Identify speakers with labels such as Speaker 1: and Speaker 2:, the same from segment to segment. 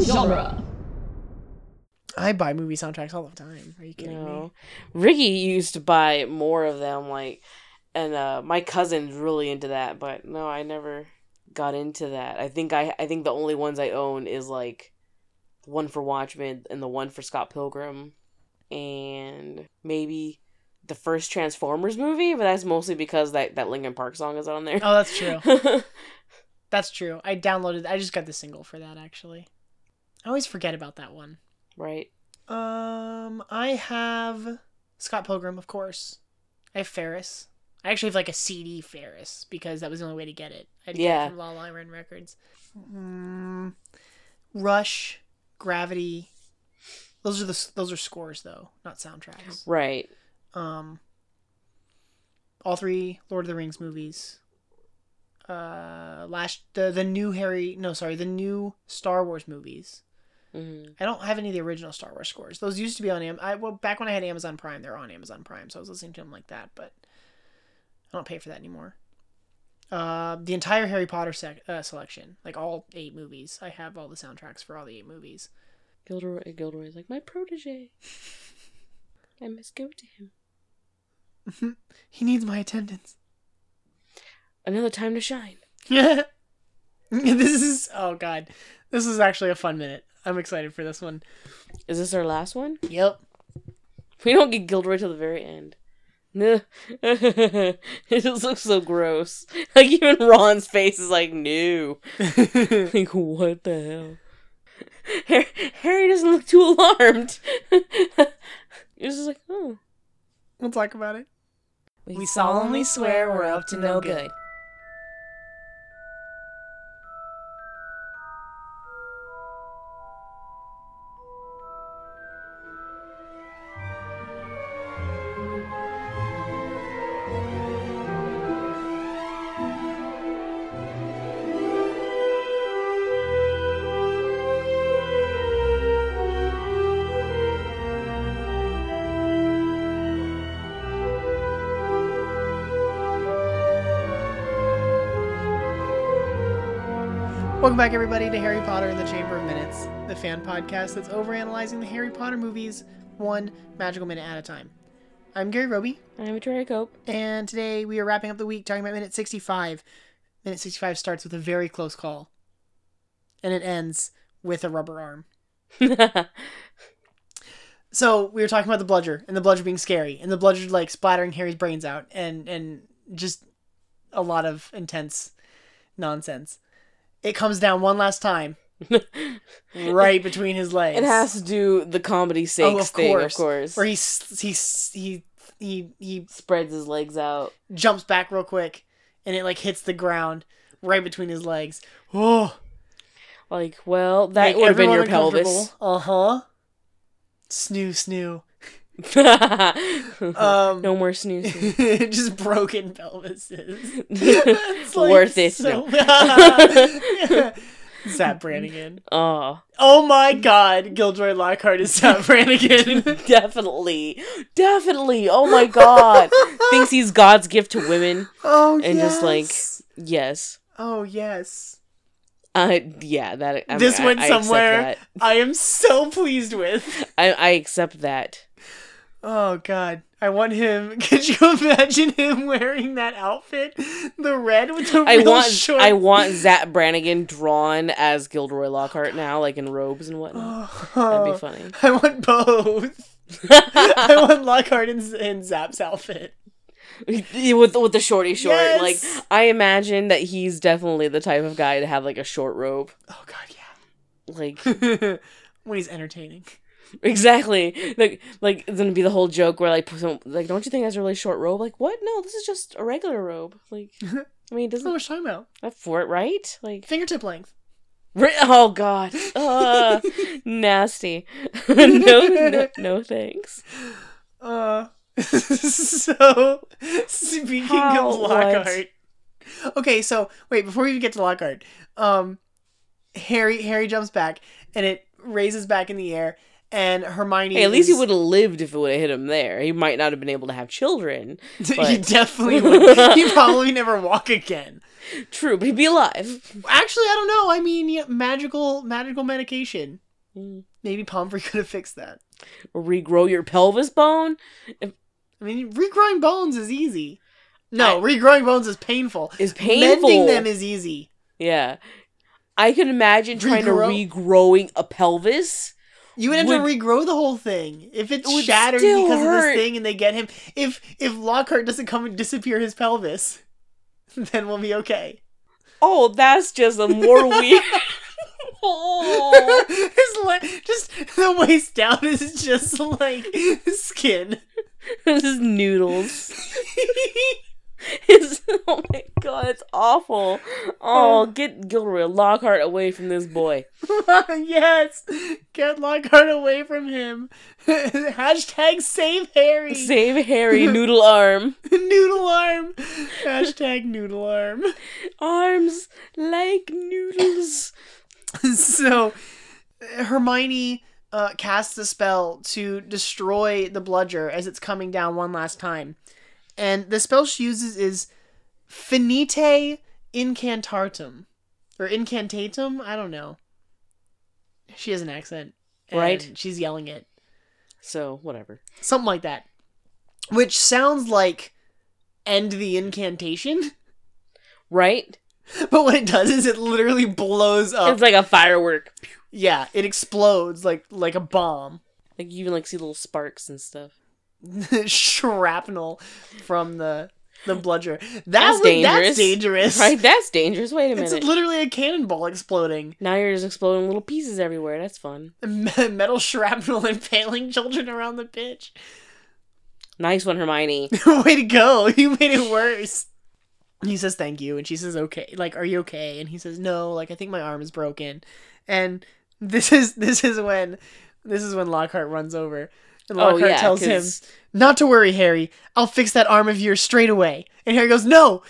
Speaker 1: genre.
Speaker 2: I buy movie soundtracks all the time. Are you
Speaker 3: You
Speaker 2: kidding me?
Speaker 3: know? Ricky used to buy more of them, like, and uh, my cousin's really into that. But no, I never got into that. I think I, I think the only ones I own is like the one for Watchmen and the one for Scott Pilgrim, and maybe the first Transformers movie. But that's mostly because that that Linkin Park song is on there.
Speaker 2: Oh, that's true. That's true. I downloaded. I just got the single for that actually. I always forget about that one.
Speaker 3: right.
Speaker 2: Um, I have Scott Pilgrim, of course. I have Ferris. I actually have like a CD Ferris because that was the only way to get it. I
Speaker 3: Yeah.
Speaker 2: it from La La Land Records. Mm, Rush, Gravity. Those are the s- those are scores though, not soundtracks.
Speaker 3: Right.
Speaker 2: Um, all three Lord of the Rings movies. Uh, last the the new Harry no sorry the new Star Wars movies.
Speaker 3: Mhm.
Speaker 2: I don't have any of the original Star Wars scores. Those used to be on Am. I well back when I had Amazon Prime, they're on Amazon Prime, so I was listening to them like that. But I don't pay for that anymore. Uh, the entire Harry Potter sec- uh, selection, like all eight movies, I have all the soundtracks for all the eight movies.
Speaker 3: Gilderoy, Gilderoy's like my protege. I must go to him.
Speaker 2: He needs my attendance.
Speaker 3: Another time to shine.
Speaker 2: Yeah. this is oh god, this is actually a fun minute. I'm excited for this one.
Speaker 3: Is this our last one?
Speaker 2: Yep.
Speaker 3: We don't get Gilderoy till the very end. No. it just looks so gross. Like even Ron's face is like, no. Like what the hell? Harry, Harry doesn't look too alarmed. He's just like, oh.
Speaker 2: we'll talk about it.
Speaker 1: We solemnly swear we're up to no good.
Speaker 2: Welcome back, everybody, to Harry Potter and the Chamber of Minutes, the fan podcast that's overanalyzing the Harry Potter movies one magical minute at a time. I'm Gary Roby,
Speaker 3: I'm Victoria Cope.
Speaker 2: and today we are wrapping up the week talking about minute 65. Minute 65 starts with a very close call, and it ends with a rubber arm. So we were talking about the bludger and the bludger being scary and the bludger like splattering Harry's brains out and and just a lot of intense nonsense. It comes down one last time, right between his legs.
Speaker 3: It has to do the comedy sakes
Speaker 2: Oh, of
Speaker 3: thing,
Speaker 2: course.
Speaker 3: of course.
Speaker 2: Or he s- he s- he he he
Speaker 3: spreads his legs out.
Speaker 2: jumps back real quick and it like hits the ground right between his legs. Oh,
Speaker 3: Like, well, that would have been your pelvis.
Speaker 2: Uh huh. Snoo snoo.
Speaker 1: Oh,
Speaker 2: Um,
Speaker 3: no more snoozing.
Speaker 2: just broken pelvises. It's
Speaker 3: Worth it.
Speaker 2: So... Zap Brannigan.
Speaker 3: oh,
Speaker 2: Oh my god, Gilderoy Lockhart is Zap Brannigan.
Speaker 3: definitely, definitely. Oh my god, thinks he's God's gift to women.
Speaker 2: oh
Speaker 3: And just, like,
Speaker 2: yes.
Speaker 3: Yes,
Speaker 2: Oh yes.
Speaker 3: uh, yeah. That I,
Speaker 2: this
Speaker 3: I-
Speaker 2: went
Speaker 3: I accept
Speaker 2: somewhere
Speaker 3: that.
Speaker 2: I am so pleased with.
Speaker 3: I, I accept that.
Speaker 2: Oh god. I want him. Could you imagine him wearing that outfit? The red with the
Speaker 3: I
Speaker 2: real
Speaker 3: want
Speaker 2: short.
Speaker 3: I want Zap Brannigan drawn as Gilderoy Lockhart now, like in robes and whatnot. That'd be
Speaker 2: Oh,
Speaker 3: funny.
Speaker 2: I want both. I want Lockhart in, in Zap's outfit.
Speaker 3: with with the shorty short.
Speaker 2: Yes.
Speaker 3: Like I imagine that he's definitely the type of guy to have like a short robe.
Speaker 2: Oh god, yeah.
Speaker 3: Like
Speaker 2: when he's entertaining.
Speaker 3: exactly. Like like it's gonna be the whole joke where like some, like don't you think that's a really short robe? Like what? No, this is just a regular robe. Like I mean,
Speaker 2: That's not
Speaker 3: doesn't
Speaker 2: what I'm talking about.
Speaker 3: that for it right? Like
Speaker 2: Fingertip length.
Speaker 3: ri- oh god, uh, nasty. no, no, no, thanks.
Speaker 2: Uh, so speaking
Speaker 3: How-
Speaker 2: of Lockhart. Okay, so wait before we even get to Lockhart, um, Harry Harry jumps back and it raises back in the air, and Hermione.
Speaker 3: Hey, at least he
Speaker 2: is-
Speaker 3: would have lived if it would have hit him there. He might not have been able to have children.
Speaker 2: he
Speaker 3: but-
Speaker 2: definitely would. He probably never walk again.
Speaker 3: True, but he'd be alive.
Speaker 2: Actually, I don't know. I mean, yeah, magical magical medication.
Speaker 3: Mm.
Speaker 2: Maybe Pomfrey could have fixed that.
Speaker 3: Regrow your pelvis bone?
Speaker 2: I mean, regrowing bones is easy. No, regrowing bones is painful.
Speaker 3: Is painful.
Speaker 2: Mending them is easy.
Speaker 3: yeah. I can imagine trying
Speaker 2: Regrow-
Speaker 3: to regrowing a pelvis.
Speaker 2: You would have to
Speaker 3: Would-
Speaker 2: regrow the whole thing if it's
Speaker 3: It would
Speaker 2: shattered
Speaker 3: still
Speaker 2: because of
Speaker 3: hurt.
Speaker 2: this thing, and they get him. If if Lockhart doesn't come and disappear his pelvis, then we'll be okay.
Speaker 3: Oh, that's just a more weird. oh.
Speaker 2: his le- just the waist down is just like skin.
Speaker 3: this is noodles. It's, oh my god, it's awful. Oh, get Gilroy Lockhart away from this boy.
Speaker 2: yes, get Lockhart away from him. Hashtag save Harry.
Speaker 3: Save Harry, noodle arm.
Speaker 2: noodle arm. Hashtag noodle arm.
Speaker 3: Arms like noodles.
Speaker 2: so Hermione uh, casts a spell to destroy the bludger as it's coming down one last time. And the spell she uses is Finite Incantatum. Or Incantatum? I don't know. She has an accent. and
Speaker 3: Right.
Speaker 2: She's yelling it.
Speaker 3: So, whatever.
Speaker 2: Something like that. Which sounds like end the incantation.
Speaker 3: Right?
Speaker 2: But what it does is it literally blows up.
Speaker 3: It's like a firework.
Speaker 2: yeah, it explodes like like a bomb.
Speaker 3: Like, you even like see little sparks and stuff.
Speaker 2: shrapnel from the the bludger. That
Speaker 3: That's
Speaker 2: that's, would, dangerous.
Speaker 3: dangerous.
Speaker 2: that's dangerous.
Speaker 3: Right? That's dangerous. Wait a
Speaker 2: It's
Speaker 3: minute.
Speaker 2: literally a cannonball exploding.
Speaker 3: now you're just exploding little pieces everywhere. That's fun.
Speaker 2: Me- Metal shrapnel impaling children around the pitch.
Speaker 3: Nice one, Hermione.
Speaker 2: Way to go. You made it worse. He says thank you and she says okay. Like are you okay? And he says no, like I think my arm is broken. And this is this is when this is when Lockhart runs over. And
Speaker 3: Oh,
Speaker 2: Lockhart tells him,
Speaker 3: 'cause-
Speaker 2: "Not to worry, Harry. I'll fix that arm of yours straight away." And Harry goes, "No,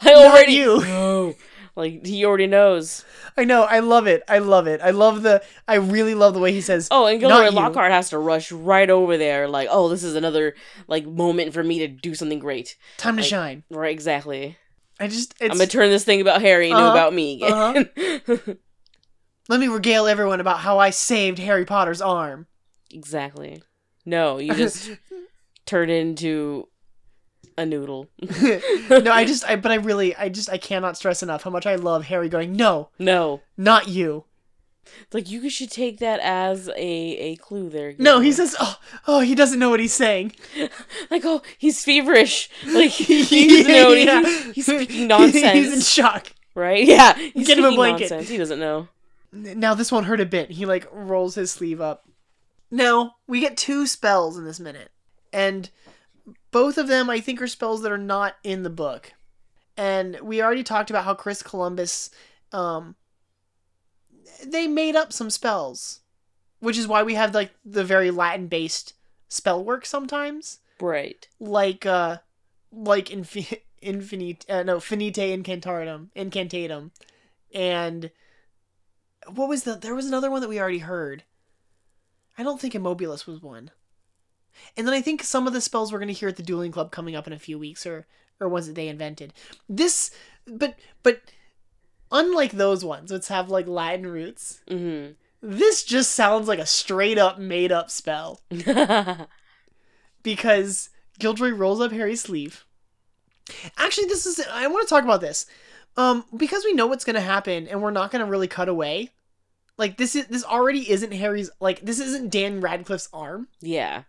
Speaker 3: I
Speaker 2: Not
Speaker 3: already
Speaker 2: you.
Speaker 3: No. Like he already knows.
Speaker 2: I know. I love it. I love it. I love the. I really love the way he says.
Speaker 3: Oh, and Gilroy
Speaker 2: Not you.
Speaker 3: Lockhart has to rush right over there. Like, oh, this is another like moment for me to do something great.
Speaker 2: time to
Speaker 3: like-
Speaker 2: shine.
Speaker 3: Right? Exactly.
Speaker 2: I just. It's,
Speaker 3: I'm gonna turn this thing about Harry into
Speaker 2: Uh-huh,
Speaker 3: about me again.
Speaker 2: let me regale everyone about how I saved Harry Potter's arm.
Speaker 3: exactly. No, you just turn into a noodle.
Speaker 2: no, I just. I. But I really. I just. I cannot stress enough how much I love Harry going. No,
Speaker 3: No.
Speaker 2: not you.
Speaker 3: It's Like you should take that as a a clue there.
Speaker 2: No,
Speaker 3: Gilroy.
Speaker 2: he says. Oh, oh, he doesn't know what he's saying.
Speaker 3: like, oh, he's feverish. Like he doesn't know what he- he's speaking nonsense.
Speaker 2: he's in shock.
Speaker 3: right? Yeah, he's
Speaker 2: Get him a
Speaker 3: speaking
Speaker 2: blanket.
Speaker 3: nonsense. He doesn't know.
Speaker 2: Now this won't hurt a bit. He like rolls his sleeve up. Now we get two spells in this minute, and both of them I think are spells that are not in the book. And we already talked about how Chris Columbus, um, they made up some spells, which is why we have like the very Latin based spell work sometimes,
Speaker 3: Right.
Speaker 2: like uh, like infi- infinite uh, no finite incantatum incantatum, and what was the there was another one that we already heard. I don't think Immobilus was one. And then I think some of the spells we're gonna hear at the dueling club coming up in a few weeks or or ones that they invented. This but but unlike those ones, which have like Latin roots,
Speaker 3: hmm
Speaker 2: this just sounds like a straight up made up spell. Because Gilderoy rolls up Harry's sleeve. Actually this is I wanna talk about this. Um, because we know what's gonna happen and we're not gonna really cut away. Like this is this already isn't Harry's like this isn't Dan Radcliffe's arm
Speaker 3: yeah.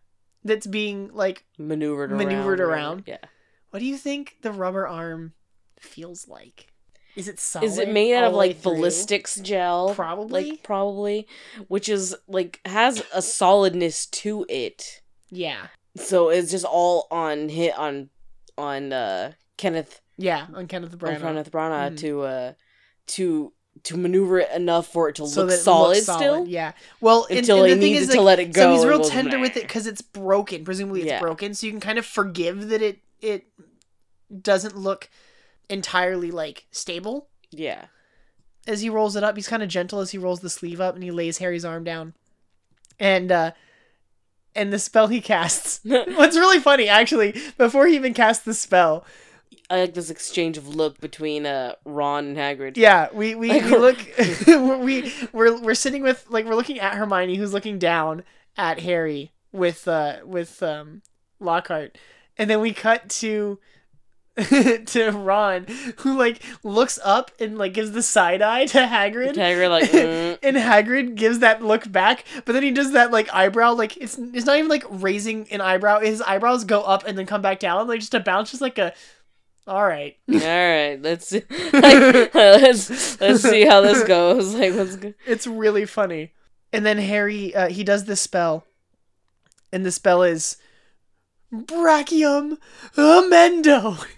Speaker 2: that's being like
Speaker 3: Maneuvered around.
Speaker 2: Maneuvered
Speaker 3: or
Speaker 2: around.
Speaker 3: whatever. Yeah.
Speaker 2: What do you think the rubber arm feels like? Is it solid?
Speaker 3: Is it made out
Speaker 2: all
Speaker 3: of
Speaker 2: the way
Speaker 3: like
Speaker 2: through?
Speaker 3: ballistics gel?
Speaker 2: Probably.
Speaker 3: Like probably, which is like has a solidness to it.
Speaker 2: yeah.
Speaker 3: So it's just all on hit on on uh Kenneth
Speaker 2: Yeah, on Kenneth
Speaker 3: on
Speaker 2: Branagh.
Speaker 3: Kenneth Branagh
Speaker 2: Mhm.
Speaker 3: to uh to to maneuver it enough for it to
Speaker 2: So
Speaker 3: look
Speaker 2: that it looks
Speaker 3: solid still
Speaker 2: Yeah. Well, and-
Speaker 3: until
Speaker 2: and,
Speaker 3: he
Speaker 2: the thing
Speaker 3: needs
Speaker 2: is,
Speaker 3: it
Speaker 2: like,
Speaker 3: to let it go.
Speaker 2: so he's
Speaker 3: and
Speaker 2: real
Speaker 3: goes,
Speaker 2: tender with
Speaker 3: "Meh."
Speaker 2: it because it's broken. Presumably, it's
Speaker 3: Yeah.
Speaker 2: broken, so you can kind of forgive that it it doesn't look entirely like stable.
Speaker 3: Yeah.
Speaker 2: as he rolls it up, he's kind of gentle as he rolls the sleeve up and he lays Harry's arm down. And uh and the spell he casts. What's really funny actually, before he even casts the spell,
Speaker 3: I like this exchange of look between uh Ron and Hagrid.
Speaker 2: Yeah, we we,
Speaker 3: Like,
Speaker 2: we look we we're we're sitting with like we're looking at Hermione who's looking down at Harry with uh with um Lockhart. And then we cut to to Ron who like looks up and like gives the side eye to Hagrid.
Speaker 3: And Hagrid like mm.
Speaker 2: and Hagrid gives that look back, but then he does that like eyebrow, like it's it's not even like raising an eyebrow. His eyebrows go up and then come back down, like just a bounce, just like a, all right.
Speaker 3: all right, let's see. like, uh, let's let's see how this goes. Like what's good?
Speaker 2: It's really funny. And then Harry, uh, he does this spell, and the spell is Brachium Amendo.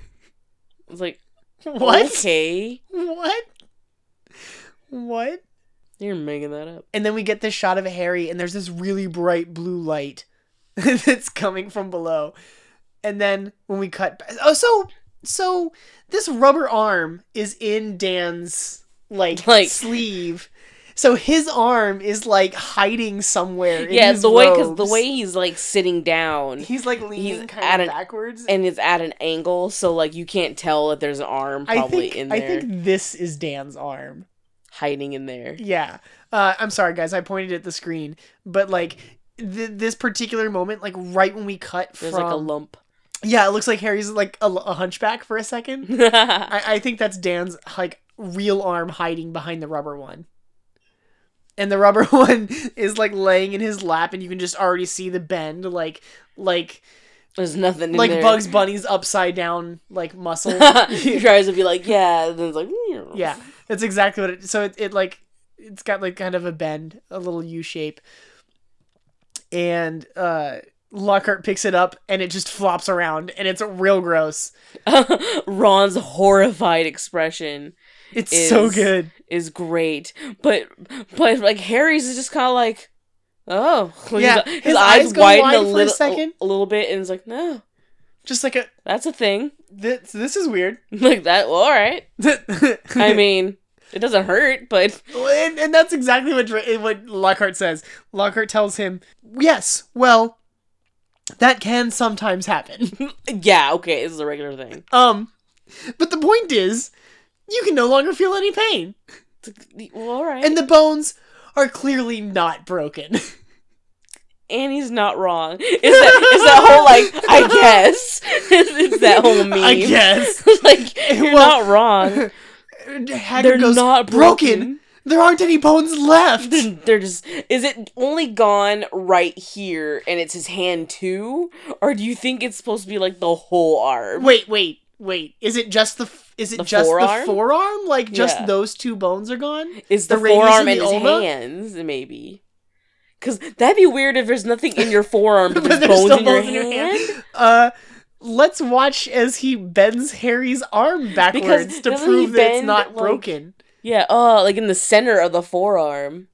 Speaker 3: It's like
Speaker 2: What?
Speaker 3: Okay,
Speaker 2: What? What?
Speaker 3: you're making that up.
Speaker 2: And then we get this shot of Harry, and there's this really bright blue light that's coming from below. And then when we cut, ba- oh, so so this rubber arm is in Dan's like,
Speaker 3: Like-
Speaker 2: sleeve, so his arm is like hiding somewhere. in
Speaker 3: yeah,
Speaker 2: his
Speaker 3: the way because the
Speaker 2: robes.
Speaker 3: way he's like sitting down
Speaker 2: he's like leaning
Speaker 3: at
Speaker 2: kind of
Speaker 3: an-
Speaker 2: backwards.
Speaker 3: and it's at an angle, so like you can't tell that there's an arm
Speaker 2: I
Speaker 3: probably
Speaker 2: think
Speaker 3: in
Speaker 2: I
Speaker 3: there
Speaker 2: think this is Dan's arm.
Speaker 3: hiding in there.
Speaker 2: Yeah. Uh, I'm sorry, guys. I pointed at the screen, but like th- this particular moment, like right when we cut
Speaker 3: There's
Speaker 2: from,
Speaker 3: like a lump.
Speaker 2: yeah, it looks like Harry's like a, a hunchback for a
Speaker 3: Mm-hmm.
Speaker 2: second. I-, I think that's Dan's like real arm hiding behind the rubber one. And the rubber one is like laying in his lap, and you can just already see the bend, like, like,
Speaker 3: There's nothing in
Speaker 2: like
Speaker 3: there.
Speaker 2: Bugs Bunny's upside down, like muscle.
Speaker 3: he tries to be like, yeah, and then it's like,
Speaker 2: Yeah, that's exactly what it. So it, it like it's got like kind of a bend, a little U shape, and uh, Lockhart picks it up and it just flops around and it's real gross.
Speaker 3: Ron's horrified expression
Speaker 2: It's so
Speaker 3: Is-
Speaker 2: good.
Speaker 3: is great, but but like Harry's is just kind of like, oh,
Speaker 2: Yeah,
Speaker 3: his,
Speaker 2: his
Speaker 3: eyes,
Speaker 2: eyes go
Speaker 3: widen
Speaker 2: wide
Speaker 3: a
Speaker 2: for a
Speaker 3: little,
Speaker 2: second.
Speaker 3: a little bit, and it's like, no,
Speaker 2: Just like a
Speaker 3: that's a thing,
Speaker 2: this. This is weird.
Speaker 3: like that. Well, all right, I mean, it doesn't hurt, but
Speaker 2: and, and that's exactly what Dra- what Lockhart says. Lockhart tells him, "Yes, well, that can sometimes happen."
Speaker 3: yeah, okay, it's a regular thing.
Speaker 2: Um, but the point is, you can no longer feel any pain.
Speaker 3: It's like, well, all right,
Speaker 2: and the bones are clearly not broken.
Speaker 3: and he's not wrong. Is that is that whole like I guess it's, it's that whole meme.
Speaker 2: I guess.
Speaker 3: like you're
Speaker 2: Well,
Speaker 3: not wrong.
Speaker 2: Hagrid
Speaker 3: They're
Speaker 2: goes,
Speaker 3: not broken.
Speaker 2: There aren't any bones left.
Speaker 3: They're, they're just is it only gone right here and it's his hand too or do you think it's supposed to be like the whole arm
Speaker 2: wait, wait, wait. Is it just the? f- Is it
Speaker 3: The
Speaker 2: just
Speaker 3: forearm?
Speaker 2: the forearm? Like just
Speaker 3: Yeah.
Speaker 2: those two bones are gone?
Speaker 3: is
Speaker 2: the
Speaker 3: the,
Speaker 2: radius and
Speaker 3: forearm and
Speaker 2: the
Speaker 3: his
Speaker 2: ulna?
Speaker 3: hands maybe because that'd be weird if there's nothing in your forearm but
Speaker 2: But
Speaker 3: there's,
Speaker 2: there's
Speaker 3: bones,
Speaker 2: still
Speaker 3: in, your
Speaker 2: bones in your hand.
Speaker 3: hand
Speaker 2: Uh, let's watch as he bends Harry's arm backwards to
Speaker 3: doesn't
Speaker 2: prove
Speaker 3: he
Speaker 2: that it's
Speaker 3: bend,
Speaker 2: not
Speaker 3: like-
Speaker 2: broken.
Speaker 3: yeah oh like in the center of the forearm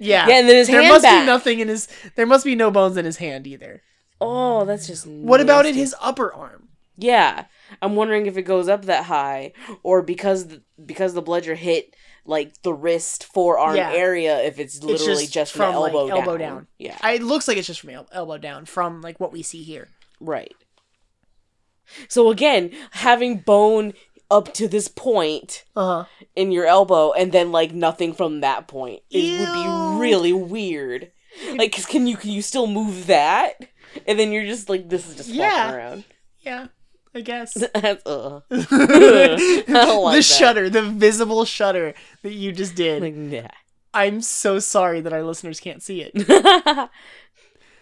Speaker 2: Yeah.
Speaker 3: yeah, and then his
Speaker 2: There
Speaker 3: hand
Speaker 2: must
Speaker 3: back.
Speaker 2: be nothing in his. There must be no bones in his hand either.
Speaker 3: oh that's just
Speaker 2: What about in
Speaker 3: nasty.
Speaker 2: his upper arm?
Speaker 3: Yeah, I'm wondering if it goes up that high, or because the, because the bludger hit like the wrist forearm
Speaker 2: Yeah.
Speaker 3: area, if it's literally
Speaker 2: just
Speaker 3: just, from,
Speaker 2: from, like,
Speaker 3: elbow, down.
Speaker 2: elbow down.
Speaker 3: Yeah,
Speaker 2: I, it looks like it's just from el- elbow down, from like what we see here.
Speaker 3: right. So again, having bone up to this point
Speaker 2: Uh huh.
Speaker 3: in your elbow, and then like nothing from that point, it would
Speaker 2: Ew.
Speaker 3: be really weird. Like, 'cause can you can you still move that? And then you're just like, this is just
Speaker 2: Yeah.
Speaker 3: walking around.
Speaker 2: Yeah, I guess.
Speaker 3: That's, uh,
Speaker 2: the
Speaker 3: don't like that.
Speaker 2: shudder, the visible shudder that you just did.
Speaker 3: like, nah.
Speaker 2: I'm so sorry that our listeners can't see it.
Speaker 3: that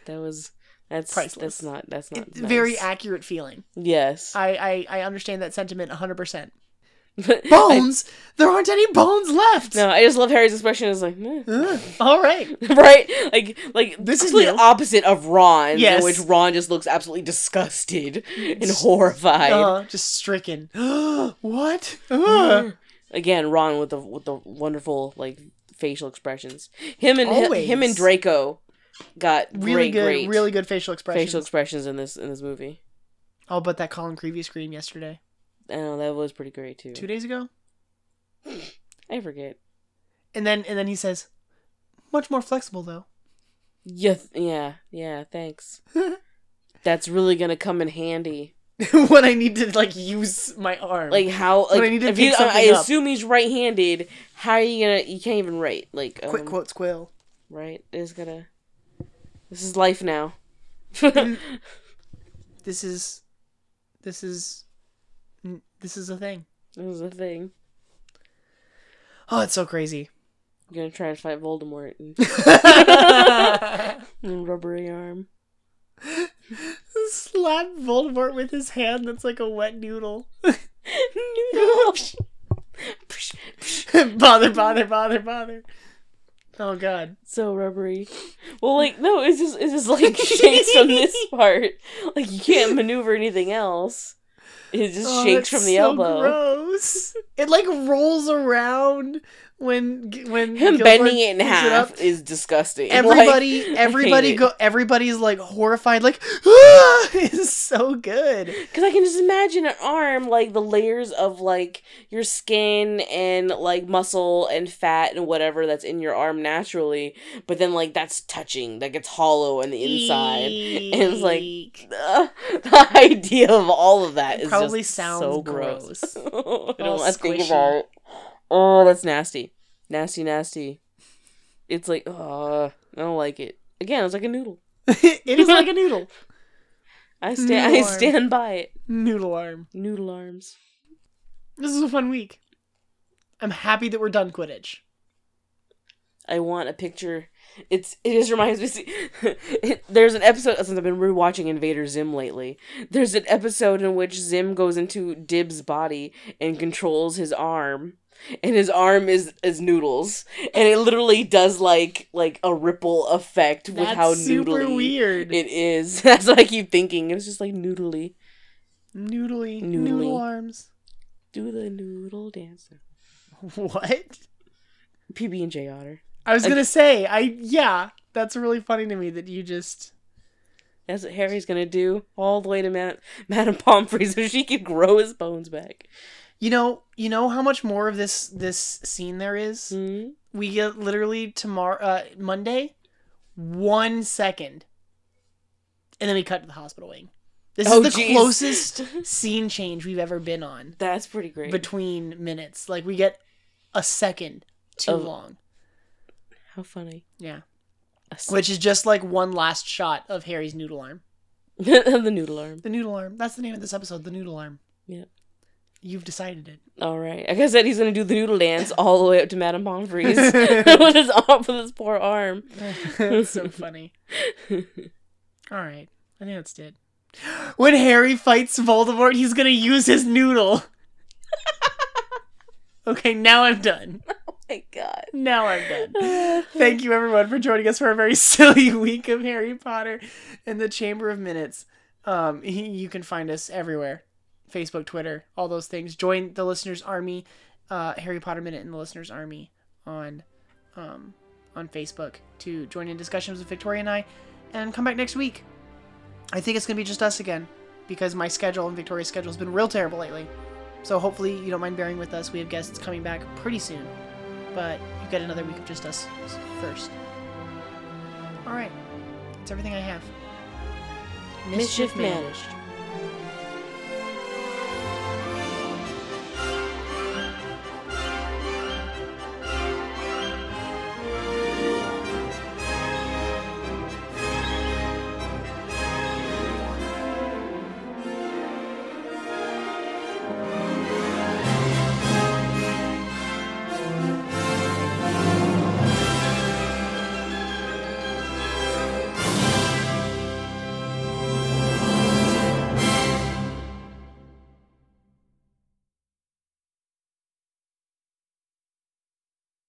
Speaker 3: was that's
Speaker 2: Priceless.
Speaker 3: that's not that's not
Speaker 2: It's a Very
Speaker 3: nice.
Speaker 2: accurate feeling.
Speaker 3: yes
Speaker 2: I, I I understand that sentiment 100%.
Speaker 3: I-
Speaker 2: Bones? there aren't any bones left.
Speaker 3: no I just love Harry's expression is like "Eh."
Speaker 2: Ugh. All right.
Speaker 3: right like like
Speaker 2: This
Speaker 3: this
Speaker 2: is
Speaker 3: is the
Speaker 2: new.
Speaker 3: opposite of Ron
Speaker 2: Yes.
Speaker 3: in which Ron just looks absolutely disgusted and horrified
Speaker 2: Uh, just stricken. what?
Speaker 3: Mm-hmm.
Speaker 2: Ugh.
Speaker 3: again Ron with the with the wonderful like facial expressions him and him,
Speaker 2: Always.
Speaker 3: him and Draco got
Speaker 2: Really
Speaker 3: great
Speaker 2: good,
Speaker 3: great
Speaker 2: really good facial expressions.
Speaker 3: facial expressions in this in this movie
Speaker 2: oh, but that Colin Creevy scream yesterday,
Speaker 3: oh that was pretty great too
Speaker 2: two days ago,
Speaker 3: I forget
Speaker 2: and then and then he says, "Much more flexible though."
Speaker 3: yeah th- yeah yeah thanks That's really gonna come in handy.
Speaker 2: when I need to like use my arm.
Speaker 3: Like how?
Speaker 2: When I
Speaker 3: Like
Speaker 2: need to
Speaker 3: if
Speaker 2: pick
Speaker 3: you, I- I
Speaker 2: something up.
Speaker 3: assume he's right-handed. How are you gonna? You can't even write. Like um,
Speaker 2: quick quote squill.
Speaker 3: Right? It's gonna. This is life now.
Speaker 2: Mm-hmm. This is, this is, n- this is a thing.
Speaker 3: This is the thing.
Speaker 2: Oh, it's so crazy.
Speaker 3: You're gonna try and fight Voldemort and, and rubbery arm.
Speaker 2: Slap Voldemort with his hand. That's like a wet noodle.
Speaker 3: Noodle.
Speaker 2: bother, bother, bother, bother. Oh God.
Speaker 3: so rubbery. Well, like no, it's just it's just like shakes from this part. Like you can't maneuver anything else. It just
Speaker 2: Oh, that's
Speaker 3: shakes from the
Speaker 2: so
Speaker 3: elbow.
Speaker 2: Gross. It like rolls around when when
Speaker 3: Him
Speaker 2: Gilbert
Speaker 3: bending it in
Speaker 2: picks
Speaker 3: half
Speaker 2: up.
Speaker 3: is disgusting. Like,
Speaker 2: Everybody,
Speaker 3: I hate
Speaker 2: everybody
Speaker 3: it.
Speaker 2: go. Everybody's like horrified. Like, ah! it's so good.
Speaker 3: Because I can just imagine an arm, like the layers of like your skin and like muscle and fat and whatever that's in your arm naturally, but then like that's touching, like it's hollow on the inside. it was like,
Speaker 2: Eek.
Speaker 3: The, the idea of all of that
Speaker 2: It
Speaker 3: is
Speaker 2: probably
Speaker 3: just
Speaker 2: sounds
Speaker 3: so gross.
Speaker 2: gross.
Speaker 3: I don't
Speaker 2: All
Speaker 3: wanna think
Speaker 2: squishy.
Speaker 3: about it. Oh, that's nasty, nasty, nasty. It's like, oh, I don't like it. Again, it's like a noodle.
Speaker 2: it is like a noodle.
Speaker 3: I stand, I
Speaker 2: Noodle arm.
Speaker 3: stand by it.
Speaker 2: Noodle arm.
Speaker 3: Noodle arms.
Speaker 2: This is a fun week. I'm happy that we're done Quidditch.
Speaker 3: I want a picture. It's it just reminds me. See, it, there's an episode since I've been rewatching Invader Zim lately. There's an episode in which Zim goes into Dib's body and controls his arm, and his arm is is noodles, and it literally does like like a ripple effect with
Speaker 2: That's
Speaker 3: how
Speaker 2: super
Speaker 3: noodly
Speaker 2: weird.
Speaker 3: it is. That's what I keep thinking. It's just like noodly.
Speaker 2: noodly,
Speaker 3: Noodly.
Speaker 2: noodle arms.
Speaker 3: Do the noodle dance.
Speaker 2: What?
Speaker 3: PB and J Otter.
Speaker 2: I was
Speaker 3: I-
Speaker 2: gonna say, I yeah, that's really funny to me that you just
Speaker 3: That's what Harry's gonna do all the way to Mad- Madame Pomfrey so she can grow his bones back.
Speaker 2: you know you know how much more of this this scene there is.
Speaker 3: Mhm.
Speaker 2: We get literally tomorrow uh, Monday, one second, and then we cut to the hospital wing. This
Speaker 3: Oh,
Speaker 2: is the
Speaker 3: jeez.
Speaker 2: closest scene change we've ever been on
Speaker 3: That's pretty great.
Speaker 2: between minutes. Like we get a second too
Speaker 3: Of-
Speaker 2: long.
Speaker 3: How funny.
Speaker 2: Yeah.
Speaker 3: A s-
Speaker 2: Which is just like one last shot of Harry's noodle arm.
Speaker 3: the noodle arm.
Speaker 2: The noodle arm. That's the name of this episode, the noodle arm.
Speaker 3: Yeah.
Speaker 2: You've decided it.
Speaker 3: All right. Like I said, he's gonna do the noodle dance all the way up to Madame Pomfrey's with his arm, with his poor arm.
Speaker 2: That's so funny. All right. I think that's it. When Harry fights Voldemort, he's going to use his noodle. okay, now I'm done.
Speaker 3: Oh my god.
Speaker 2: Now I'm done. Thank you, everyone, for joining us for a very silly week of Harry Potter and the Chamber of Minutes. Um, he- you can find us everywhere Facebook, Twitter, all those things. Join the Listeners Army, uh, Harry Potter Minute and the Listeners Army on, um, on Facebook to join in discussions with Victoria and I. And come back next week. I think it's going to be just us again because my schedule and Victoria's schedule has been real terrible lately. So hopefully you don't mind bearing with us. We have guests coming back pretty soon but you get another week of just us first. All right, that's everything I have.
Speaker 3: Mischief managed.